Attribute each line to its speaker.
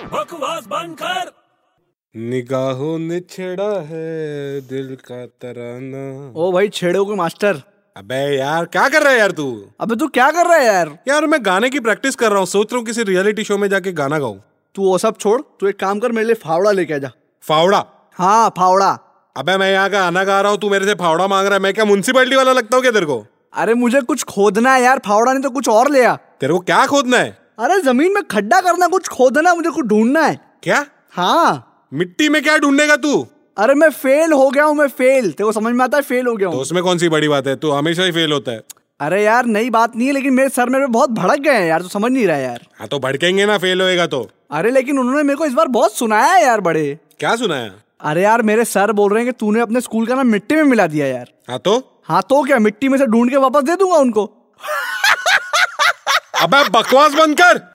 Speaker 1: आवाज बंद कर
Speaker 2: निगाहों ने छेड़ा है दिल का तराना
Speaker 3: ओ भाई छेड़ो को मास्टर
Speaker 2: अबे यार क्या कर रहा है यार तू
Speaker 3: अबे तू क्या कर रहा है यार
Speaker 2: यार मैं गाने की प्रैक्टिस कर रहा हूँ सोच रहा हूँ किसी रियलिटी शो में जाके गाना गाऊं
Speaker 3: तू वो सब छोड़ तू एक काम कर मेरे लिए फावड़ा लेके आ जा
Speaker 2: फावड़ा
Speaker 3: हाँ फावड़ा
Speaker 2: अबे मैं यहाँ का आना गा रहा हूँ तू मेरे से फावड़ा मांग रहा है मैं क्या म्यूनसिपैलिटी वाला लगता हूँ क्या तेरे को
Speaker 3: अरे मुझे कुछ खोदना है यार फावड़ा नहीं तो कुछ और ले आ
Speaker 2: तेरे को क्या खोदना है
Speaker 3: अरे जमीन में खड्डा करना कुछ खोदना मुझे कुछ ढूंढना है
Speaker 2: क्या
Speaker 3: हाँ
Speaker 2: मिट्टी में क्या ढूंढेगा तू तो
Speaker 3: अरे मैं फेल हो गया हूँ मैं फेल तेरे को समझ में आता है फेल हो गया
Speaker 2: तो
Speaker 3: हूँ
Speaker 2: उसमें कौन सी बड़ी बात है तू हमेशा ही फेल होता है
Speaker 3: अरे यार नई बात नहीं है लेकिन मेरे सर मेरे पे बहुत भड़क गए हैं यार तू समझ नहीं रहा है यार
Speaker 2: हाँ तो भड़केंगे ना फेल होएगा तो
Speaker 3: अरे लेकिन उन्होंने मेरे को इस बार बहुत सुनाया है यार बड़े
Speaker 2: क्या सुनाया
Speaker 3: अरे यार मेरे सर बोल रहे हैं कि तूने अपने स्कूल का नाम मिट्टी में मिला दिया यार
Speaker 2: हाँ तो
Speaker 3: हाँ तो क्या मिट्टी में से ढूंढ के वापस दे दूंगा उनको
Speaker 2: अबे बकवास बंद कर